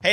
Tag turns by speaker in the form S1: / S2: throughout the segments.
S1: Hey,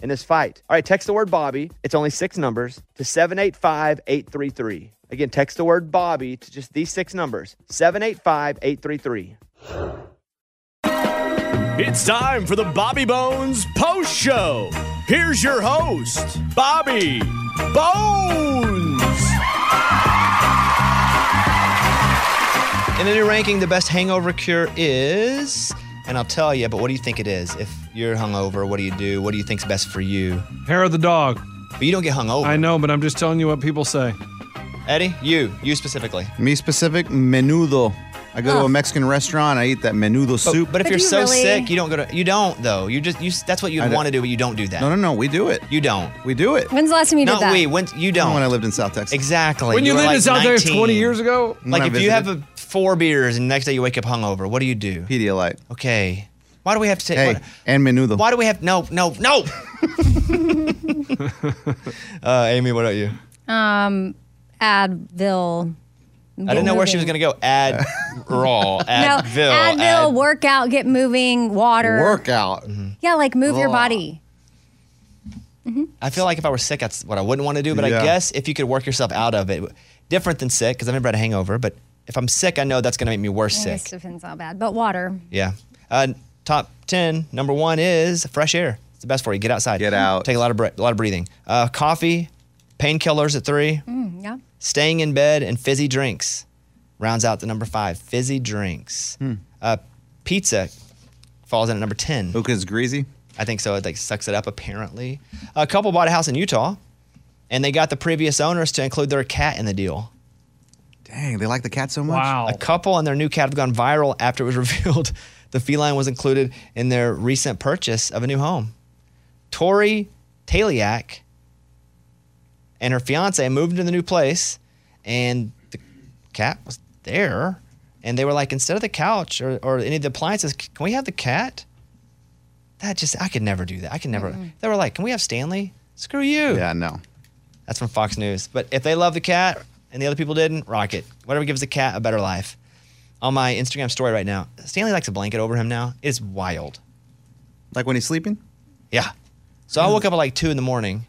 S1: in this fight. All right, text the word Bobby. It's only six numbers to 785 833. Again, text the word Bobby to just these six numbers 785 833.
S2: It's time for the Bobby Bones Post Show. Here's your host, Bobby Bones.
S1: In the new ranking, the best hangover cure is, and I'll tell you, but what do you think it is? If you're hungover, what do you do? What do you think's best for you?
S3: Hair of the dog.
S1: But you don't get hungover.
S3: I know, but I'm just telling you what people say.
S1: Eddie, you, you specifically.
S4: Me specific, menudo. I go to a Mexican restaurant. I eat that menudo
S1: But,
S4: soup.
S1: but if
S5: But
S1: you're
S5: do you
S1: so
S5: really?
S1: sick, you don't go to. You don't though. You just you. That's what you
S4: I don't-
S1: want to do, but you don't do that.
S4: no, no, no. We do it.
S1: You don't.
S4: We do it.
S5: When's the last time you did
S1: Not
S5: that?
S1: we. When you don't.
S4: When I lived in South Texas.
S1: Exactly.
S3: when you
S1: were
S3: lived in
S1: like
S3: South Texas
S1: 19.
S3: 20 years ago,
S4: When
S1: Like
S4: I
S1: if you have
S4: visited.
S1: a, four beers and the next day you wake up hungover, what do you do?
S4: Pedialyte.
S1: Okay. Why do we have to take?
S4: Hey,
S1: why-
S4: and menudo.
S1: Why do we have no, no, no? uh, Amy, what about you?
S5: Advil.
S1: I didn't know where she was gonna go. Ad raw,
S5: No,
S1: Advil,
S5: Advil,
S1: Ad-
S5: workout, get moving, water.
S4: Workout.
S1: Mm-hmm.
S5: Yeah, like move
S1: Oh,
S5: your body.
S1: I feel like if I were sick, that's what I wouldn't want to do. But I
S4: Yeah.
S1: guess if you could work yourself out of it, different than sick, because I've never had a hangover. But if I'm sick, I know that's gonna make me worse
S5: This
S1: sick.
S5: depends how bad, but water.
S1: Yeah. Uh, top ten, number one is fresh air. It's the best for you. Get outside.
S4: Get out.
S1: Take a lot of bre- a lot of breathing. Uh, coffee, painkillers at three.
S5: Yeah.
S1: Staying in bed and fizzy drinks rounds out the number five. Fizzy drinks.
S4: Hmm.
S1: Uh, pizza falls in at number ten.
S4: Hookah's greasy.
S1: I think so. It like sucks it up. Apparently, a couple bought a house in Utah, and they got the previous owners to include their cat in the deal.
S4: Dang, they like the cat so much.
S3: wow.
S1: A couple and their new cat have gone viral after it was revealed the feline was included in their recent purchase of a new home. Tori Taliak and her fiance moved into the new place, and the cat was there. And they were like, instead of the couch or, or any of the appliances, c- can we have the cat? That just, I could never do that. I could never. They were like, can we have Stanley? Screw you.
S4: Yeah, no.
S1: That's from Fox News. But if they love the cat and the other people didn't, rock it. Whatever gives the cat a better life. On my Instagram story right now, Stanley likes a blanket over him now. It's wild.
S4: Like when he's sleeping?
S1: Yeah. So I woke up at like two in the morning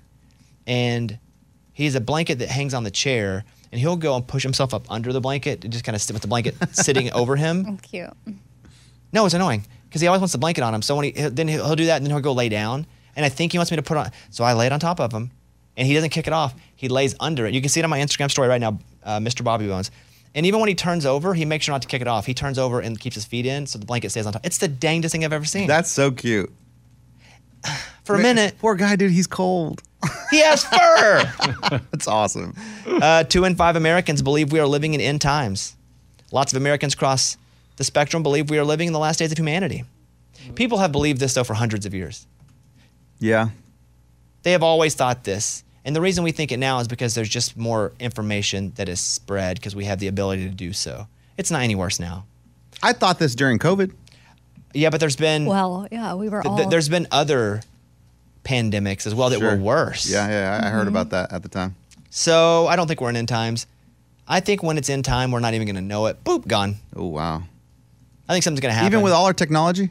S1: and he has a blanket that hangs on the chair and he'll go and push himself up under the blanket and just kind of sit with the blanket sitting over him.
S5: Cute.
S1: No, it's annoying because he always wants the blanket on him. So when he he'll- then he'll, he'll do that, and then he'll go lay down. And I think he wants me to put on. So I lay it on top of him, and he doesn't kick it off. He lays under it. You can see it on my Instagram story right now, uh, Mr. Bobby Bones. And even when he turns over, he makes sure not to kick it off. He turns over and keeps his feet in, so the blanket stays on top. It's the dangest thing I've ever seen.
S4: That's so cute.
S1: For a minute,
S4: Poor guy, dude. He's cold.
S1: he has fur.
S4: That's awesome.
S1: Uh, two in five Americans believe we are living in end times. Lots of Americans across the spectrum believe we are living in the last days of humanity. People have believed this though for hundreds of years.
S4: Yeah.
S1: they have always thought this. And the reason we think it now is because there's just more information that is spread because we have the ability to do so. It's not any worse now.
S4: I thought this during COVID.
S1: Yeah, but there's been
S5: Well, yeah, we were all.
S1: th- th- there's been other pandemics as well that
S4: Sure.
S1: were worse.
S4: Yeah, yeah. I heard about that at the time.
S1: So I don't think we're in end times. I think when it's in time, we're not even going to know it. Boop, gone.
S4: Oh wow.
S1: I think something's going to happen.
S4: Even with all our technology,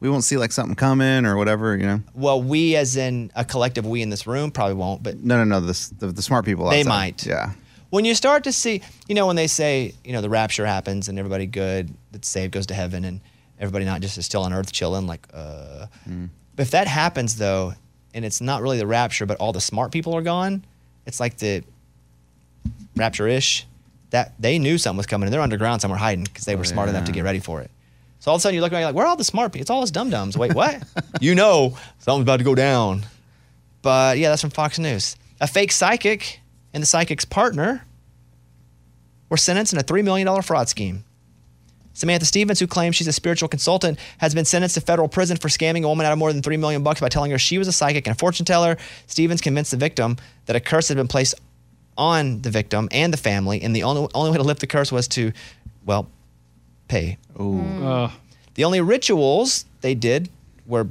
S4: we won't see like something coming or whatever. You know.
S1: well, we as in a collective, we in this room probably won't, but
S4: No, no, no. The s- the, the smart people.
S1: They
S4: outside.
S1: might.
S4: Yeah.
S1: when you start to see, you know, when they say, you know, the rapture happens and everybody good that's saved goes to heaven and everybody not just is still on earth chilling, like, uh. But if that happens though, and it's not really the rapture, but all the smart people are gone, it's like the rapture ish. That they knew something was coming and they're underground somewhere hiding because they were smart enough to get ready for it. So all of a sudden you look around, you're like, where are all the smart people? It's all us dum dums. Wait, what? you know, something's about to go down. But yeah, that's from Fox News. A fake psychic and the psychic's partner were sentenced in a $3 million fraud scheme. Samantha Stevens, who claims she's a spiritual consultant, has been sentenced to federal prison for scamming a woman out of more than three million bucks by telling her she was a psychic and a fortune teller. Stevens convinced the victim that a curse had been placed on the victim and the family, and the only, only way to lift the curse was to, well, pay.
S3: Uh,
S1: The only rituals they did were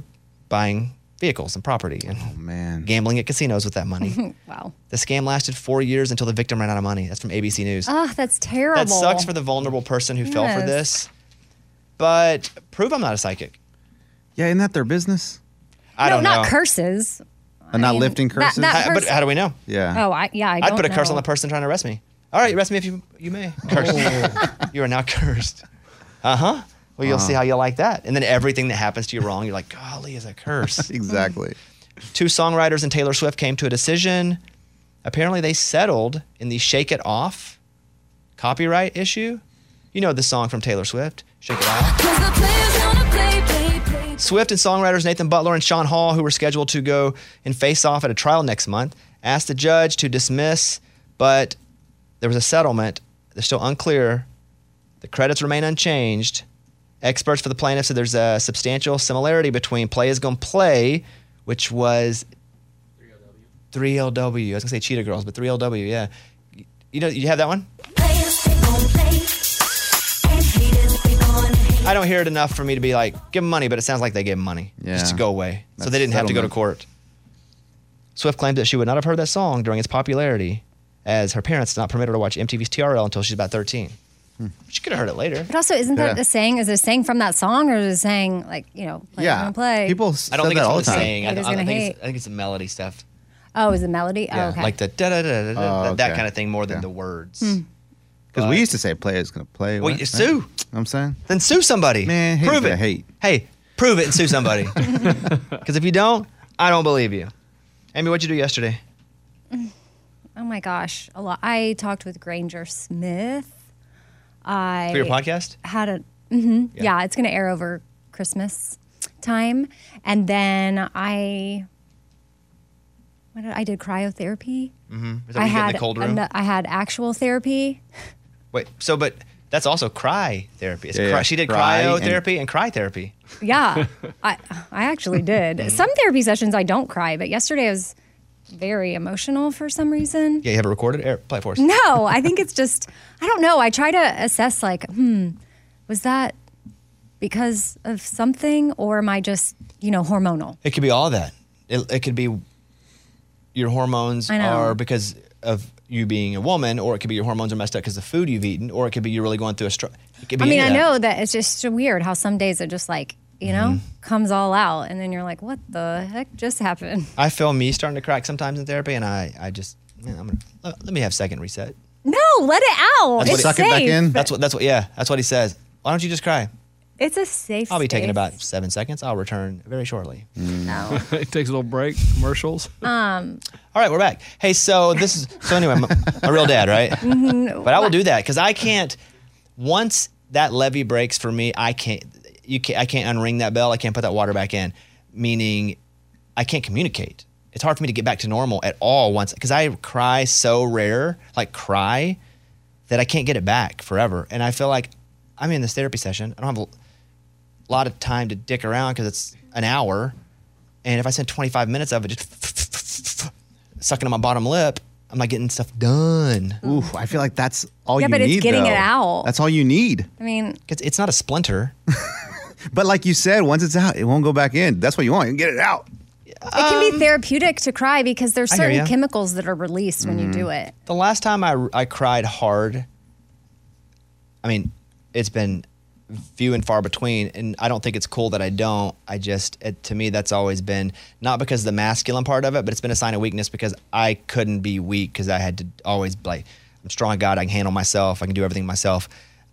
S1: buying vehicles and property and
S4: Oh, Man.
S1: gambling at casinos with that money.
S5: Wow.
S1: the scam lasted four years until the victim ran out of money. That's from ABC News.
S5: Ah, that's terrible.
S1: That sucks for the vulnerable person who fell for
S5: Yes.
S1: this. But prove I'm not a psychic.
S4: Yeah. Isn't that their business?
S1: I
S5: no,
S1: don't
S5: not
S1: know.
S5: curses.
S4: And not
S5: mean,
S4: lifting
S5: that-
S4: curses.
S5: that-
S1: How- but
S5: person-
S1: how do we know?
S4: yeah.
S5: Oh, I yeah. I
S1: I'd
S5: don't
S1: put a curse
S5: know.
S1: on the person trying to arrest me. All right, arrest me if you you may.
S4: Oh.
S1: Cursed. you are now cursed. Uh huh. Well,
S4: Uh-huh.
S1: you'll see how you like that. And then everything that happens to you wrong, you're like, golly, is a curse.
S4: Exactly.
S1: Two songwriters and Taylor Swift came to a decision. Apparently, they settled in the "Shake It Off" copyright issue. You know the song from Taylor Swift, "Shake It Off." Swift and songwriters Nathan Butler and Sean Hall, who were scheduled to go and face off at a trial next month, asked the judge to dismiss, but there was a settlement. They're still unclear. The credits remain unchanged. Experts for the plaintiff said there's a substantial similarity between Play Is Gonna Play, which was 3LW. I was gonna say Cheetah Girls, but 3LW, yeah. You know, you have that one? I don't hear it enough for me to be like, give them money, but it sounds like they gave them money just
S4: Yeah.
S1: to go away. so
S4: That's
S1: they didn't have to go to
S4: settlement.
S1: court. Swift claimed that she would not have heard that song during its popularity, as her parents did not permit her to watch MTV's TRL until she's about 13.
S4: Hmm.
S1: She could have heard it later.
S5: But also, isn't that
S4: Yeah.
S5: a saying? Is it a saying from that song, or is it saying like you know, play,
S4: yeah.
S5: gonna play?
S1: I
S4: People.
S1: don't
S4: said
S1: think
S4: that
S1: it's
S4: all
S1: what
S4: the
S1: it's
S4: time.
S1: saying. I,
S5: Haters
S1: I
S5: gonna
S1: think it's,
S5: hate.
S1: I think it's the melody stuff.
S5: Oh, is it melody?
S1: Yeah,
S5: Oh, okay. Hmm.
S1: like the da da da da da
S4: Oh,
S1: that
S4: okay.
S1: kind of thing more than
S4: Yeah.
S1: the words.
S4: Because we used to say play is gonna play.
S1: Well,
S4: what,
S1: you sue.
S4: Know what I'm saying.
S1: Then sue somebody.
S4: Man, hate
S1: prove
S4: is
S1: it.
S4: a hate.
S1: Hey, prove it and sue somebody. Because if you don't, I don't believe you. Amy, what'd you do yesterday?
S5: oh my gosh, a lot. I talked with Granger Smith. I
S1: For your podcast?
S5: had a mhm. yeah. it's gonna air over christmas time and then i what did, i did cryotherapy
S1: Is that
S5: i
S1: what you get in
S5: had
S1: the cold room?
S5: ano- i had actual therapy
S1: Wait, so but that's also cry therapy. It's
S4: Yeah,
S1: cry,
S4: yeah.
S1: She did
S4: Cry and-
S1: cryotherapy and, cry therapy.
S5: yeah i i actually
S1: Mm-hmm.
S5: did some therapy sessions i don't cry but yesterday i was very emotional for some reason
S1: Yeah, you have it recorded. Air, play it for us.
S5: no i think it's just i don't know i try to assess like hmm was that because of something or am i just you know hormonal
S1: It could be all that. It, it could be your hormones
S5: I know.
S1: are because of you being a woman, or it could be your hormones are messed up because of food you've eaten, or it could be you're really going through a stroke.
S5: I mean, I know that it's just so weird how some days it just like, you know,
S1: Mm-hmm.
S5: comes all out and then you're like, what the heck just happened?
S1: I feel me starting to crack sometimes in therapy, and I, I just, man, I'm gonna, let, let me have second reset.
S5: No, let it out.
S1: That's
S5: it's
S1: what-
S4: Suck it back
S5: safe.
S4: in.
S1: That's what, that's what, yeah, that's what he says. Why don't you just cry?
S5: It's a safe
S1: I'll be taking
S5: space.
S1: about seven seconds. I'll return very shortly.
S5: No.
S3: it takes a little break, commercials.
S5: Uh,
S1: All right, we're back. Hey, so this is so anyway, my, my real dad, right? But I will do that because I can't. Once that levee breaks for me, I can't. You can't. I can't unring that bell. I can't put that water back in. Meaning, I can't communicate. It's hard for me to get back to normal at all once because I cry so rare, like cry, that I can't get it back forever. And I feel like I'm in this therapy session. I don't have a lot of time to dick around because it's an hour. And if I spend 25 minutes of it just sucking on my bottom lip, I'm not getting stuff done.
S4: Ooh, I feel like that's all
S5: Yeah,
S4: you
S5: but
S4: need.
S5: it's getting
S4: though.
S5: it out.
S4: That's all you need.
S5: I mean,
S1: It's, it's not a splinter.
S4: But like you said, once it's out, it won't go back in. That's what you want. You get it out.
S5: it can be therapeutic to cry because there's
S1: Um, I hear
S5: certain
S1: ya. Mm-hmm.
S5: chemicals that are released when you do it.
S1: The last time I, I cried hard, I mean, it's been few and far between, and I don't think it's cool that I don't. I just, it, to me, that's always been not because of the masculine part of it, but it's been a sign of weakness because I couldn't be weak because I had to always be like, I'm strong, God, I can handle myself, I can do everything myself.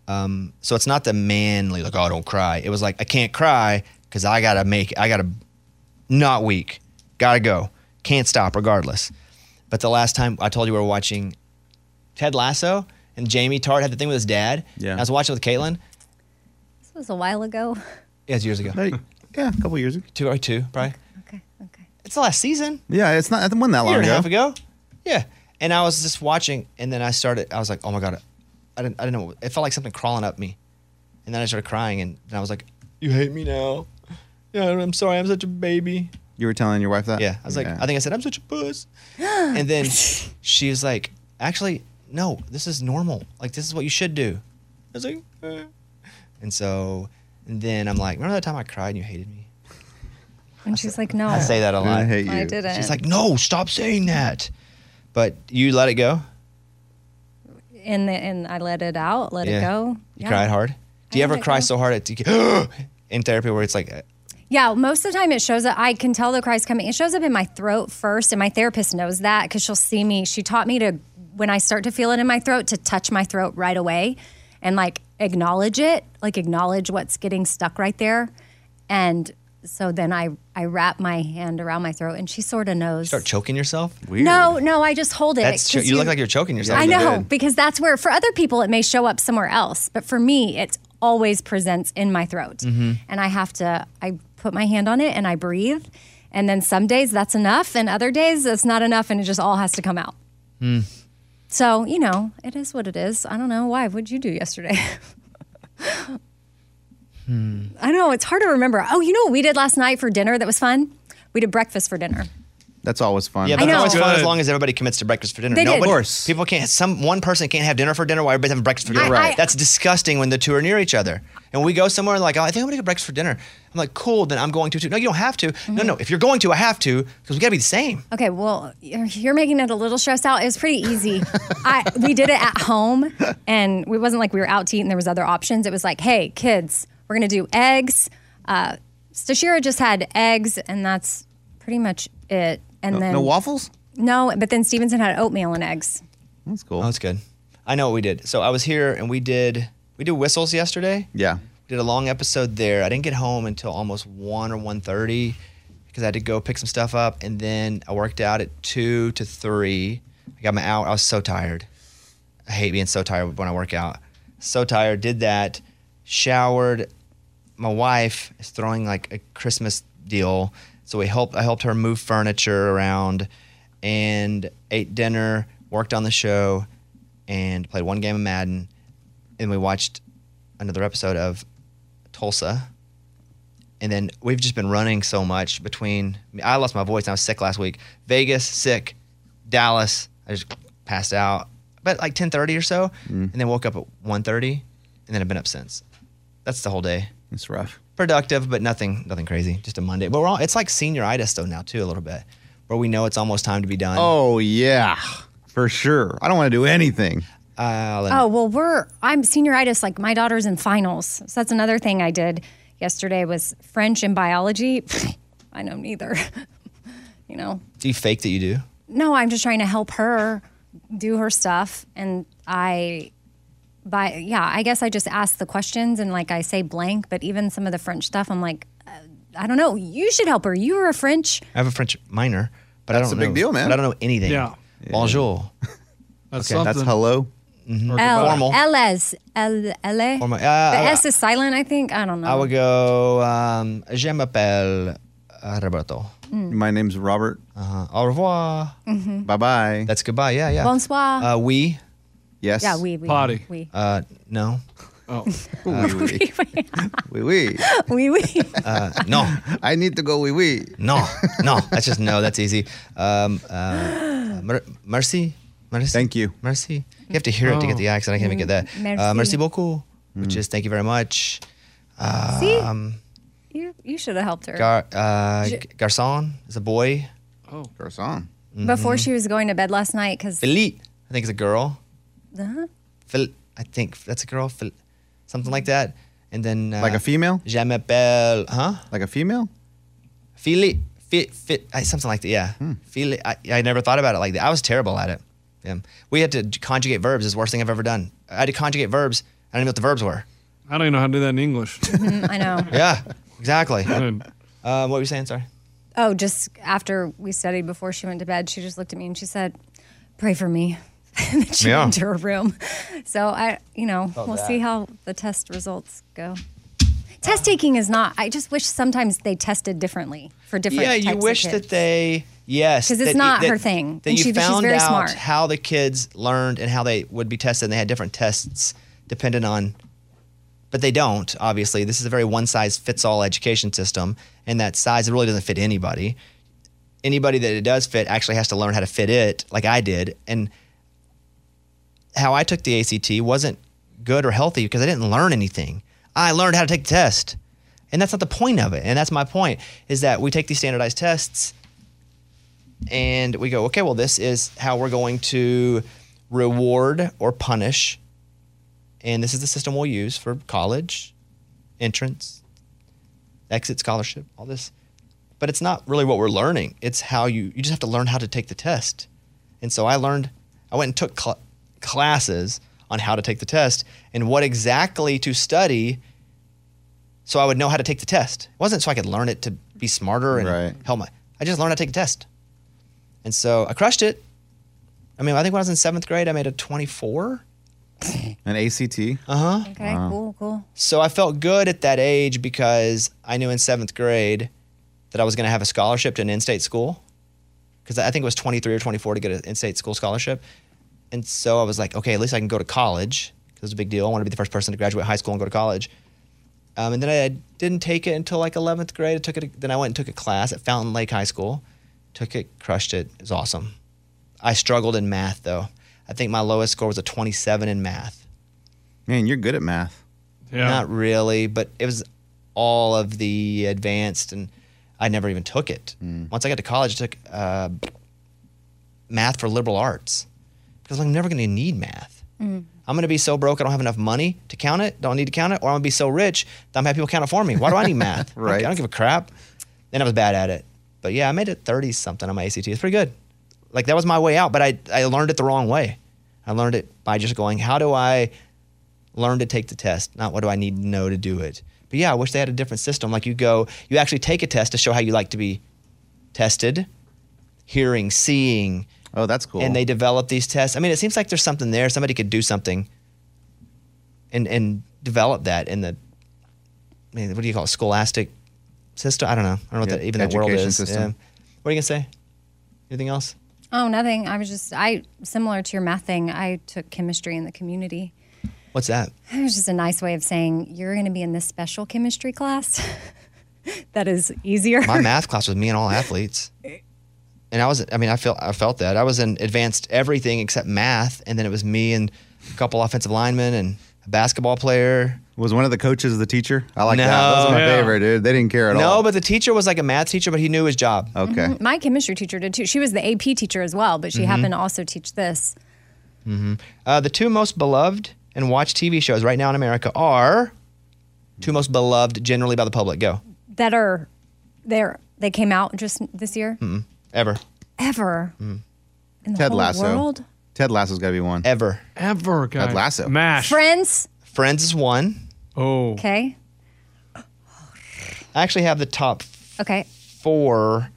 S1: Um, so it's not the manly, like, oh, I don't cry. It was like, I can't cry because I gotta make, I gotta not weak. Gotta go. Can't stop regardless. But the last time I told you we were watching Ted Lasso and Jamie Tart had the thing with his dad.
S4: Yeah.
S1: I was watching with Caitlin.
S5: This was a while ago.
S1: Yeah, it's years ago.
S4: Hey, Yeah, a couple years ago.
S1: Two or two, probably.
S5: Okay, okay.
S1: It's the last season.
S4: Yeah, it's not. It wasn't that
S1: year
S4: long
S1: and a
S4: ago.
S1: half ago. Yeah. And I was just watching, and then I started. I was like, "Oh my god!" I didn't. I didn't know. It felt like something crawling up me, and then I started crying, and then I was like, "You hate me now? Yeah, I'm sorry. I'm such a baby."
S4: You were telling your wife that.
S1: Yeah, I was like, I think I said, "I'm such a puss," and then she was like, "Actually, no. This is normal. Like this is what you should do." I was like, eh. and so, and then I'm like, "Remember that time I cried and you hated me?"
S5: And she's like, no,
S1: I say that a lot.
S4: I hate you.
S5: I didn't.
S1: She's like, no, stop saying that. But you let it go.
S5: and the, and I let it out, let
S1: Yeah.
S5: it go.
S1: You cried hard. Do you
S5: I
S1: ever
S5: let it
S1: cry
S5: go.
S1: so hard at you get- in therapy where it's like, uh,
S5: Yeah, most of the time it shows up. I can tell the cries coming. It shows up in my throat first, and my therapist knows that because she'll see me. She taught me to when I start to feel it in my throat to touch my throat right away, and like acknowledge it, like acknowledge what's getting stuck right there, and so then I I wrap my hand around my throat, and she sort of knows.
S1: start choking yourself?
S4: Weird.
S5: No, no, I just hold it.
S1: That's cho-
S5: 'cause
S1: you look like you're choking yourself.
S5: I
S4: you
S5: know
S4: did.
S5: because that's where for other people it may show up somewhere else, but for me it always presents in my throat,
S1: Mm-hmm.
S5: and I have to I put my hand on it and I breathe, and then some days that's enough, and other days it's not enough, and it just all has to come out.
S1: Hmm.
S5: So you know it is what it is. I don't know why. What'd you do yesterday?
S1: Hmm.
S5: I know it's hard to remember. Oh, you know what we did last night for dinner that was fun? We did breakfast for dinner.
S4: That's always fun.
S1: Yeah,
S5: I
S1: but it's
S5: know.
S1: always fun as
S3: Good.
S1: long as everybody commits to breakfast for dinner.
S5: They did.
S1: Nobody-
S5: Of
S4: course.
S1: People can't. Some one person can't have dinner for dinner while everybody's having breakfast for dinner.
S5: right. I-
S1: That's disgusting when the two are near each other. And we go somewhere like, oh, I think I'm gonna get breakfast for dinner. I'm like, cool. Then I'm going to too. No, you don't have to.
S5: Mm-hmm.
S1: No, no. If you're going to, I have to because we gotta be the same.
S5: Okay, well, you're, you're making it a little stressed out. It was pretty easy. I we did it at home, and it wasn't like we were out to eat and there was other options. It was like, hey, kids, we're gonna do eggs. Uh, Stashira just had eggs, and that's pretty much it. And then
S4: No waffles.
S5: No, but then Stevenson had oatmeal and eggs.
S4: That's cool.
S1: Oh, that's good. I know what we did. So I was here and we did we did whistles yesterday.
S4: yeah.
S1: did a long episode there. I didn't get home until almost one or 1.30 because I had to go pick some stuff up, and then I worked out at two to three. I got my hour. I was so tired. I hate being so tired when I work out. So tired. Did that. Showered. My wife is throwing like a Christmas deal, so we helped. I helped her move furniture around, and ate dinner. Worked on the show, and played one game of Madden, and we watched another episode of Tulsa. And then we've just been running so much between. I, mean, I lost my voice. And I was sick last week. Vegas, sick. Dallas, I just passed out. But like 10:30 or so, and then woke up at 1:30, and then I've been up since. That's the whole day.
S4: It's rough.
S1: Productive, but nothing, nothing crazy. Just a Monday. But we're all. It's like senioritis though now too a little bit, where we know it's almost time to be done.
S4: Oh yeah, for sure. I don't want to do anything.
S1: I'll end-
S5: Oh well, we're I'm senioritis. Like my daughter's in finals, so that's another thing I did yesterday was French and biology. I know neither. you know,
S1: do you fake that you do?
S5: no, I'm just trying to help her do her stuff. And I, by, yeah, I guess I just ask the questions and like I say blank, but even some of the French stuff, I'm like, uh, I don't know. You should help her. You were a French.
S1: I have a French minor, but I
S4: That's
S1: don't
S4: a
S1: know,
S4: big deal, man.
S1: But I don't know anything.
S3: Yeah.
S1: Bonjour.
S3: That's
S1: Okay,
S3: something.
S4: That's hello.
S3: Or
S5: L,
S3: goodbye.
S1: Formal.
S5: LS, L, LA.
S1: Formal. Uh,
S5: the
S1: I-
S5: S is silent, I think. I don't know.
S1: I would go, um, je m'appelle uh, Roberto.
S5: Hmm.
S4: My name's Robert.
S5: Uh-huh.
S1: Uh, au revoir.
S4: Bye bye.
S1: That's goodbye. Yeah, yeah.
S5: Bonsoir.
S1: Uh, we,
S4: Yes.
S5: yeah, we, we,
S3: Potty.
S5: we,
S1: uh, no.
S3: Oh,
S4: Wee wee. Wee wee.
S5: we, we.
S1: Uh, no,
S4: I need to go wee wee.
S1: no, no. That's just no. That's easy. Um, uh, mer- merci. Merci.
S4: Thank you.
S1: Merci. You have to hear it to get the accent. I can't even get that. Uh,
S5: Mm-hmm. Merci.
S4: Mm.
S1: merci beaucoup, which is thank you very much.
S5: See, you, You should have helped her
S1: Gar, uh, Garcon is a boy.
S4: Garcon.
S1: Mm-hmm.
S5: before she was going to bed last night because
S1: Elite, I think, is a girl.
S5: uh
S1: Phil, I think that's a girl. Phil, something like that. And then uh,
S4: Like a female?
S1: Je m'appelle, huh?
S4: Like a female?
S1: Philly, fit, fit, I- something like that. Yeah,
S4: Hmm.
S1: Philly. I, I never thought about it like that. I was terrible at it. Yeah. We had to conjugate verbs. Is the worst thing I've ever done. I had to conjugate verbs. I didn't know what the verbs were.
S3: I don't even know how to do that in English.
S5: Mm, I know.
S1: Yeah, exactly.
S3: I
S1: uh,
S3: don't-
S1: what were you saying? Sorry.
S5: Oh, just after we studied before she went to bed, she just looked at me and she said, "Pray for me." and then she
S1: Yeah.
S5: went to her room. So I, you know, we'll
S1: that.
S5: see how the test results go. Test taking is not. I just wish sometimes they tested differently for different.
S1: Yeah, you
S5: types of
S1: wish
S5: kids.
S1: that they yes
S5: 'Cause it's
S1: that-
S5: not
S1: that-
S5: her thing,
S1: That
S5: and
S1: you
S5: she- she's
S1: found
S5: very
S1: out
S5: smart.
S1: how the kids learned and how they would be tested. and They had different tests dependent on, but they don't. Obviously, this is a very one size fits all education system, and that size really doesn't fit anybody. Anybody that it does fit actually has to learn how to fit it, like I did, and how I took the ACT wasn't good or healthy because I didn't learn anything. I learned how to take the test. And that's not the point of it. And that's my point is that we take these standardized tests and we go, okay, well, this is how we're going to reward or punish. And this is the system we'll use for college, entrance, exit scholarship, all this. But it's not really what we're learning. It's how you, you just have to learn how to take the test. And so I learned, I went and took cl- classes on how to take the test and what exactly to study so I would know how to take the test. It wasn't so I could learn it to be smarter and
S4: Right.
S1: help my, I just learned how to take the test. And so I crushed it. I mean, I think when I was in seventh grade, I made a 24.
S4: An ACT?
S1: Uh-huh.
S5: Okay, cool, cool.
S1: So I felt good at that age because I knew in seventh grade that I was going to have a scholarship to an in state school. Because I think it was 23 or 24 to get an in state school scholarship. And so I was like, okay, at least I can go to college. 'Cause It was a big deal. I want to be the first person to graduate high school and go to college. Um, and then I didn't take it until like 11th grade. I took it. Then I went and took a class at Fountain Lake High School. Took it, crushed it. It was awesome. I struggled in math though. I think my lowest score was a 27 in math.
S4: Man, you're good at math.
S3: yeah.
S1: Not really, but it was all of the advanced, and I never even took it. Once I got to college, I took uh, math for liberal arts because I'm never going to need math. I'm going to be so broke, I don't have enough money to count it, don't need to count it, or I'm going to be so rich that I'm going to have people count it for me. Why do I need math? I don't- I
S4: Right.
S1: don't, give a crap. And I was bad at it. But yeah, I made it 30 something on my ACT. It's pretty good. Like that was my way out, but I, I learned it the wrong way. I learned it by just going, how do I learn to take the test, not what do I need to know to do it. But yeah, I wish they had a different system. Like you go, you actually take a test to show how you like to be tested, hearing, seeing,
S4: Oh, that's cool.
S1: and they develop these tests. I mean, it seems like there's something there. Somebody could do something and and develop that in the I mean, what do you call it? Scholastic system? I don't know. I don't know what
S4: Yeah,
S1: that even the world
S4: education
S1: is.
S4: system.
S1: What are you gonna say? Anything else?
S5: Oh, nothing. I was just I similar to your math thing. I took chemistry in the community.
S1: What's that?
S5: It was just a nice way of saying you're going to be in this special chemistry class. that is easier.
S1: my math class was me and all athletes. And I was I mean, I felt I felt that. I was in advanced everything except math, and then it was me and a couple offensive linemen and a basketball player.
S4: was one of the coaches the teacher? I like
S1: No.
S4: that. That was my
S3: Yeah.
S4: favorite, dude. They didn't care at all.
S1: No, but the teacher was like a math teacher, but he knew his job.
S4: Okay.
S5: My chemistry teacher did too. She was the AP teacher as well, but she
S4: Mm-hmm.
S5: happened to also teach this.
S1: Uh, the two most beloved and watched TV shows right now in America are two most beloved generally by the public. Go.
S5: That are there. They came out just this year.
S1: Ever.
S5: Ever in the
S4: Ted
S5: whole
S4: Lasso.
S5: world.
S4: Ted Lasso's got to be one.
S1: Ever.
S3: Ever, guys.
S4: Lasso.
S3: Mash.
S5: Friends.
S1: Friends is one.
S3: oh.
S5: Okay.
S1: I actually have the top
S5: Okay.
S1: four,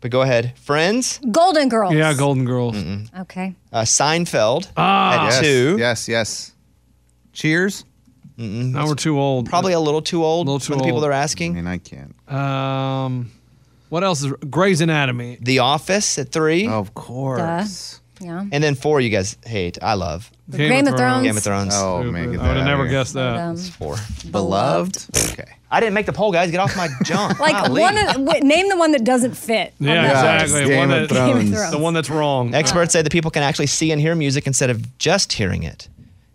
S1: but go ahead. Friends,
S5: Golden Girls.
S3: Yeah, Golden Girls.
S5: Okay.
S1: uh, Seinfeld
S3: Ah.
S1: at
S4: Yes,
S1: two.
S4: Yes, yes. Cheers.
S3: Now we're too old.
S1: Probably a little too old
S3: Little
S1: for
S3: too
S1: the people
S3: old.
S1: that are
S4: I
S1: asking.
S4: mean, I can't.
S3: Um, what else is Grey's Anatomy?
S1: The Office at three,
S4: Of course.
S5: Yeah.
S1: and then four you guys hate. I love
S5: Game, of Thrones.
S1: Game of Thrones.
S4: Oh,
S3: Stupid.
S4: man. get
S3: I would
S4: that
S3: have
S4: out
S3: never
S4: of here.
S3: guessed that.
S5: Um,
S1: Four.
S4: Beloved. okay.
S1: I didn't make the poll, guys. Get off my junk.
S5: like
S1: Golly.
S5: one of the, wait, name the one that doesn't fit. on
S3: Yeah,
S5: that
S4: Yeah,
S3: exactly.
S4: Game
S3: One
S4: of
S3: that-
S4: Thrones.
S5: Game of Thrones.
S3: The one that's wrong.
S1: Experts say that people can actually see and hear music instead of just hearing it.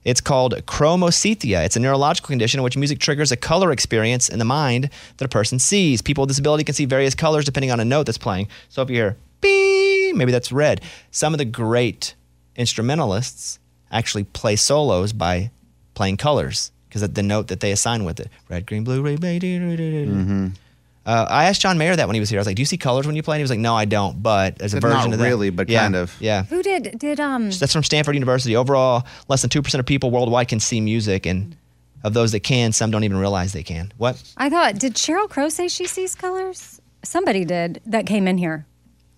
S1: It's called chromocythia. It's a neurological condition in which music triggers a color experience in the mind that a person sees. People with disability can see various colors depending on a note that's playing. So if you hear bing, maybe that's red. Some of the great instrumentalists actually play solos by playing colors because of the note that they assign with it. Red, green, blue, red, blue, doo, doo, doo, doo.
S4: Mm-hmm.
S1: Uh, I asked John Mayer that when he was here. I was like, "Do you see colors when you play?" And he was like, "No, I don't, but there's a
S4: Said, "Not
S1: version of that."
S4: really, but
S1: Yeah,
S4: kind of.
S1: Yeah.
S5: Who did did um
S1: That's from Stanford University. Overall, less than 2% of people worldwide can see music. And of those that can, some don't even realize they can. What?
S5: I thought did Cheryl Crow say she sees colors? Somebody did that came in here.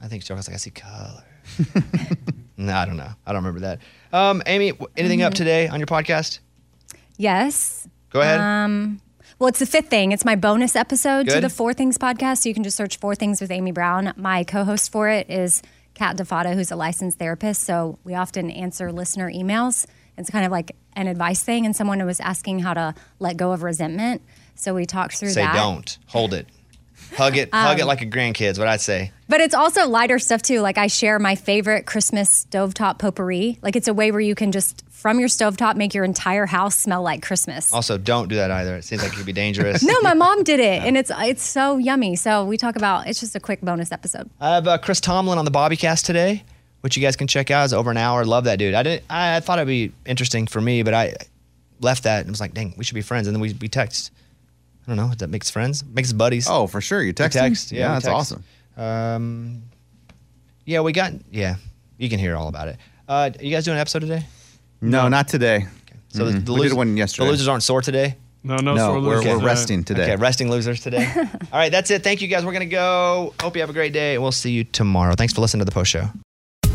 S1: I think Joe was like, I see color. no, I don't know. I don't remember that. Um, Amy, w- anything up today on your podcast?
S5: Yes.
S1: Go ahead.
S5: Well, it's the fifth thing. It's my bonus episode to
S1: Good.
S5: the Four Things podcast. So you can just search Four Things with Amy Brown. My co-host for it is Kat DeFato, who's a licensed therapist. So we often answer listener emails. It's kind of like an advice thing. And someone was asking how to let go of resentment. So we talked through
S1: say
S5: that.
S1: don't. Hold it. Hug it. hug it like a grandkid's, what I'd say.
S5: But it's also lighter stuff too. Like I share my favorite Christmas stovetop potpourri. Like it's a way where you can just from your stovetop make your entire house smell like Christmas.
S1: Also, don't do that either. It seems like it could be dangerous.
S5: no, my mom did it, and it's it's so yummy. So we talk about it's just a quick bonus episode.
S1: I have uh, Chris Tomlin on the Bobbycast today, which you guys can check out. It's over an hour. Love that dude. I didn't. I, I thought it'd be interesting for me, but I left that and was like, "Dang, we should be friends." And then we we text. I don't know. That makes friends. Makes buddies.
S4: Oh, for sure. You text.
S1: text, yeah, we
S4: that's
S1: text.
S4: awesome.
S1: Um. Yeah, we got. Yeah, you can hear all about it. Uh, you guys doing an episode today?
S4: No, not today.
S1: So the, the
S4: Mm-hmm. We did
S1: losers-
S4: one yesterday.
S1: The losers aren't sore today.
S3: No, no,
S4: No,
S3: sore
S4: we're,
S3: losers
S4: we're
S3: today.
S4: resting today.
S1: Okay, resting losers today. all right, that's it. Thank you guys. We're gonna go. Hope you have a great day. and We'll see you tomorrow. Thanks for listening to the post show.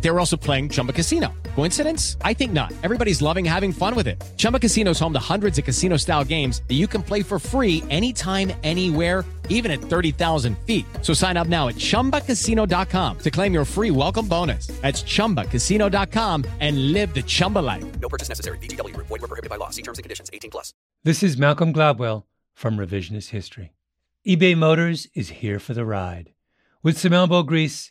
S6: They were also playing Chumba Casino. Coincidence? I think not. Everybody's loving having fun with it. Chumba Casino is home to hundreds of casino style games that you can play for free anytime, anywhere, even at 30,000 feet. So sign up now at chumbacasino.com to claim your free welcome bonus. That's chumbacasino.com and live the Chumba life.
S2: This is Malcolm Gladwell from Revisionist History. eBay Motors is here for the ride. With some elbow grease,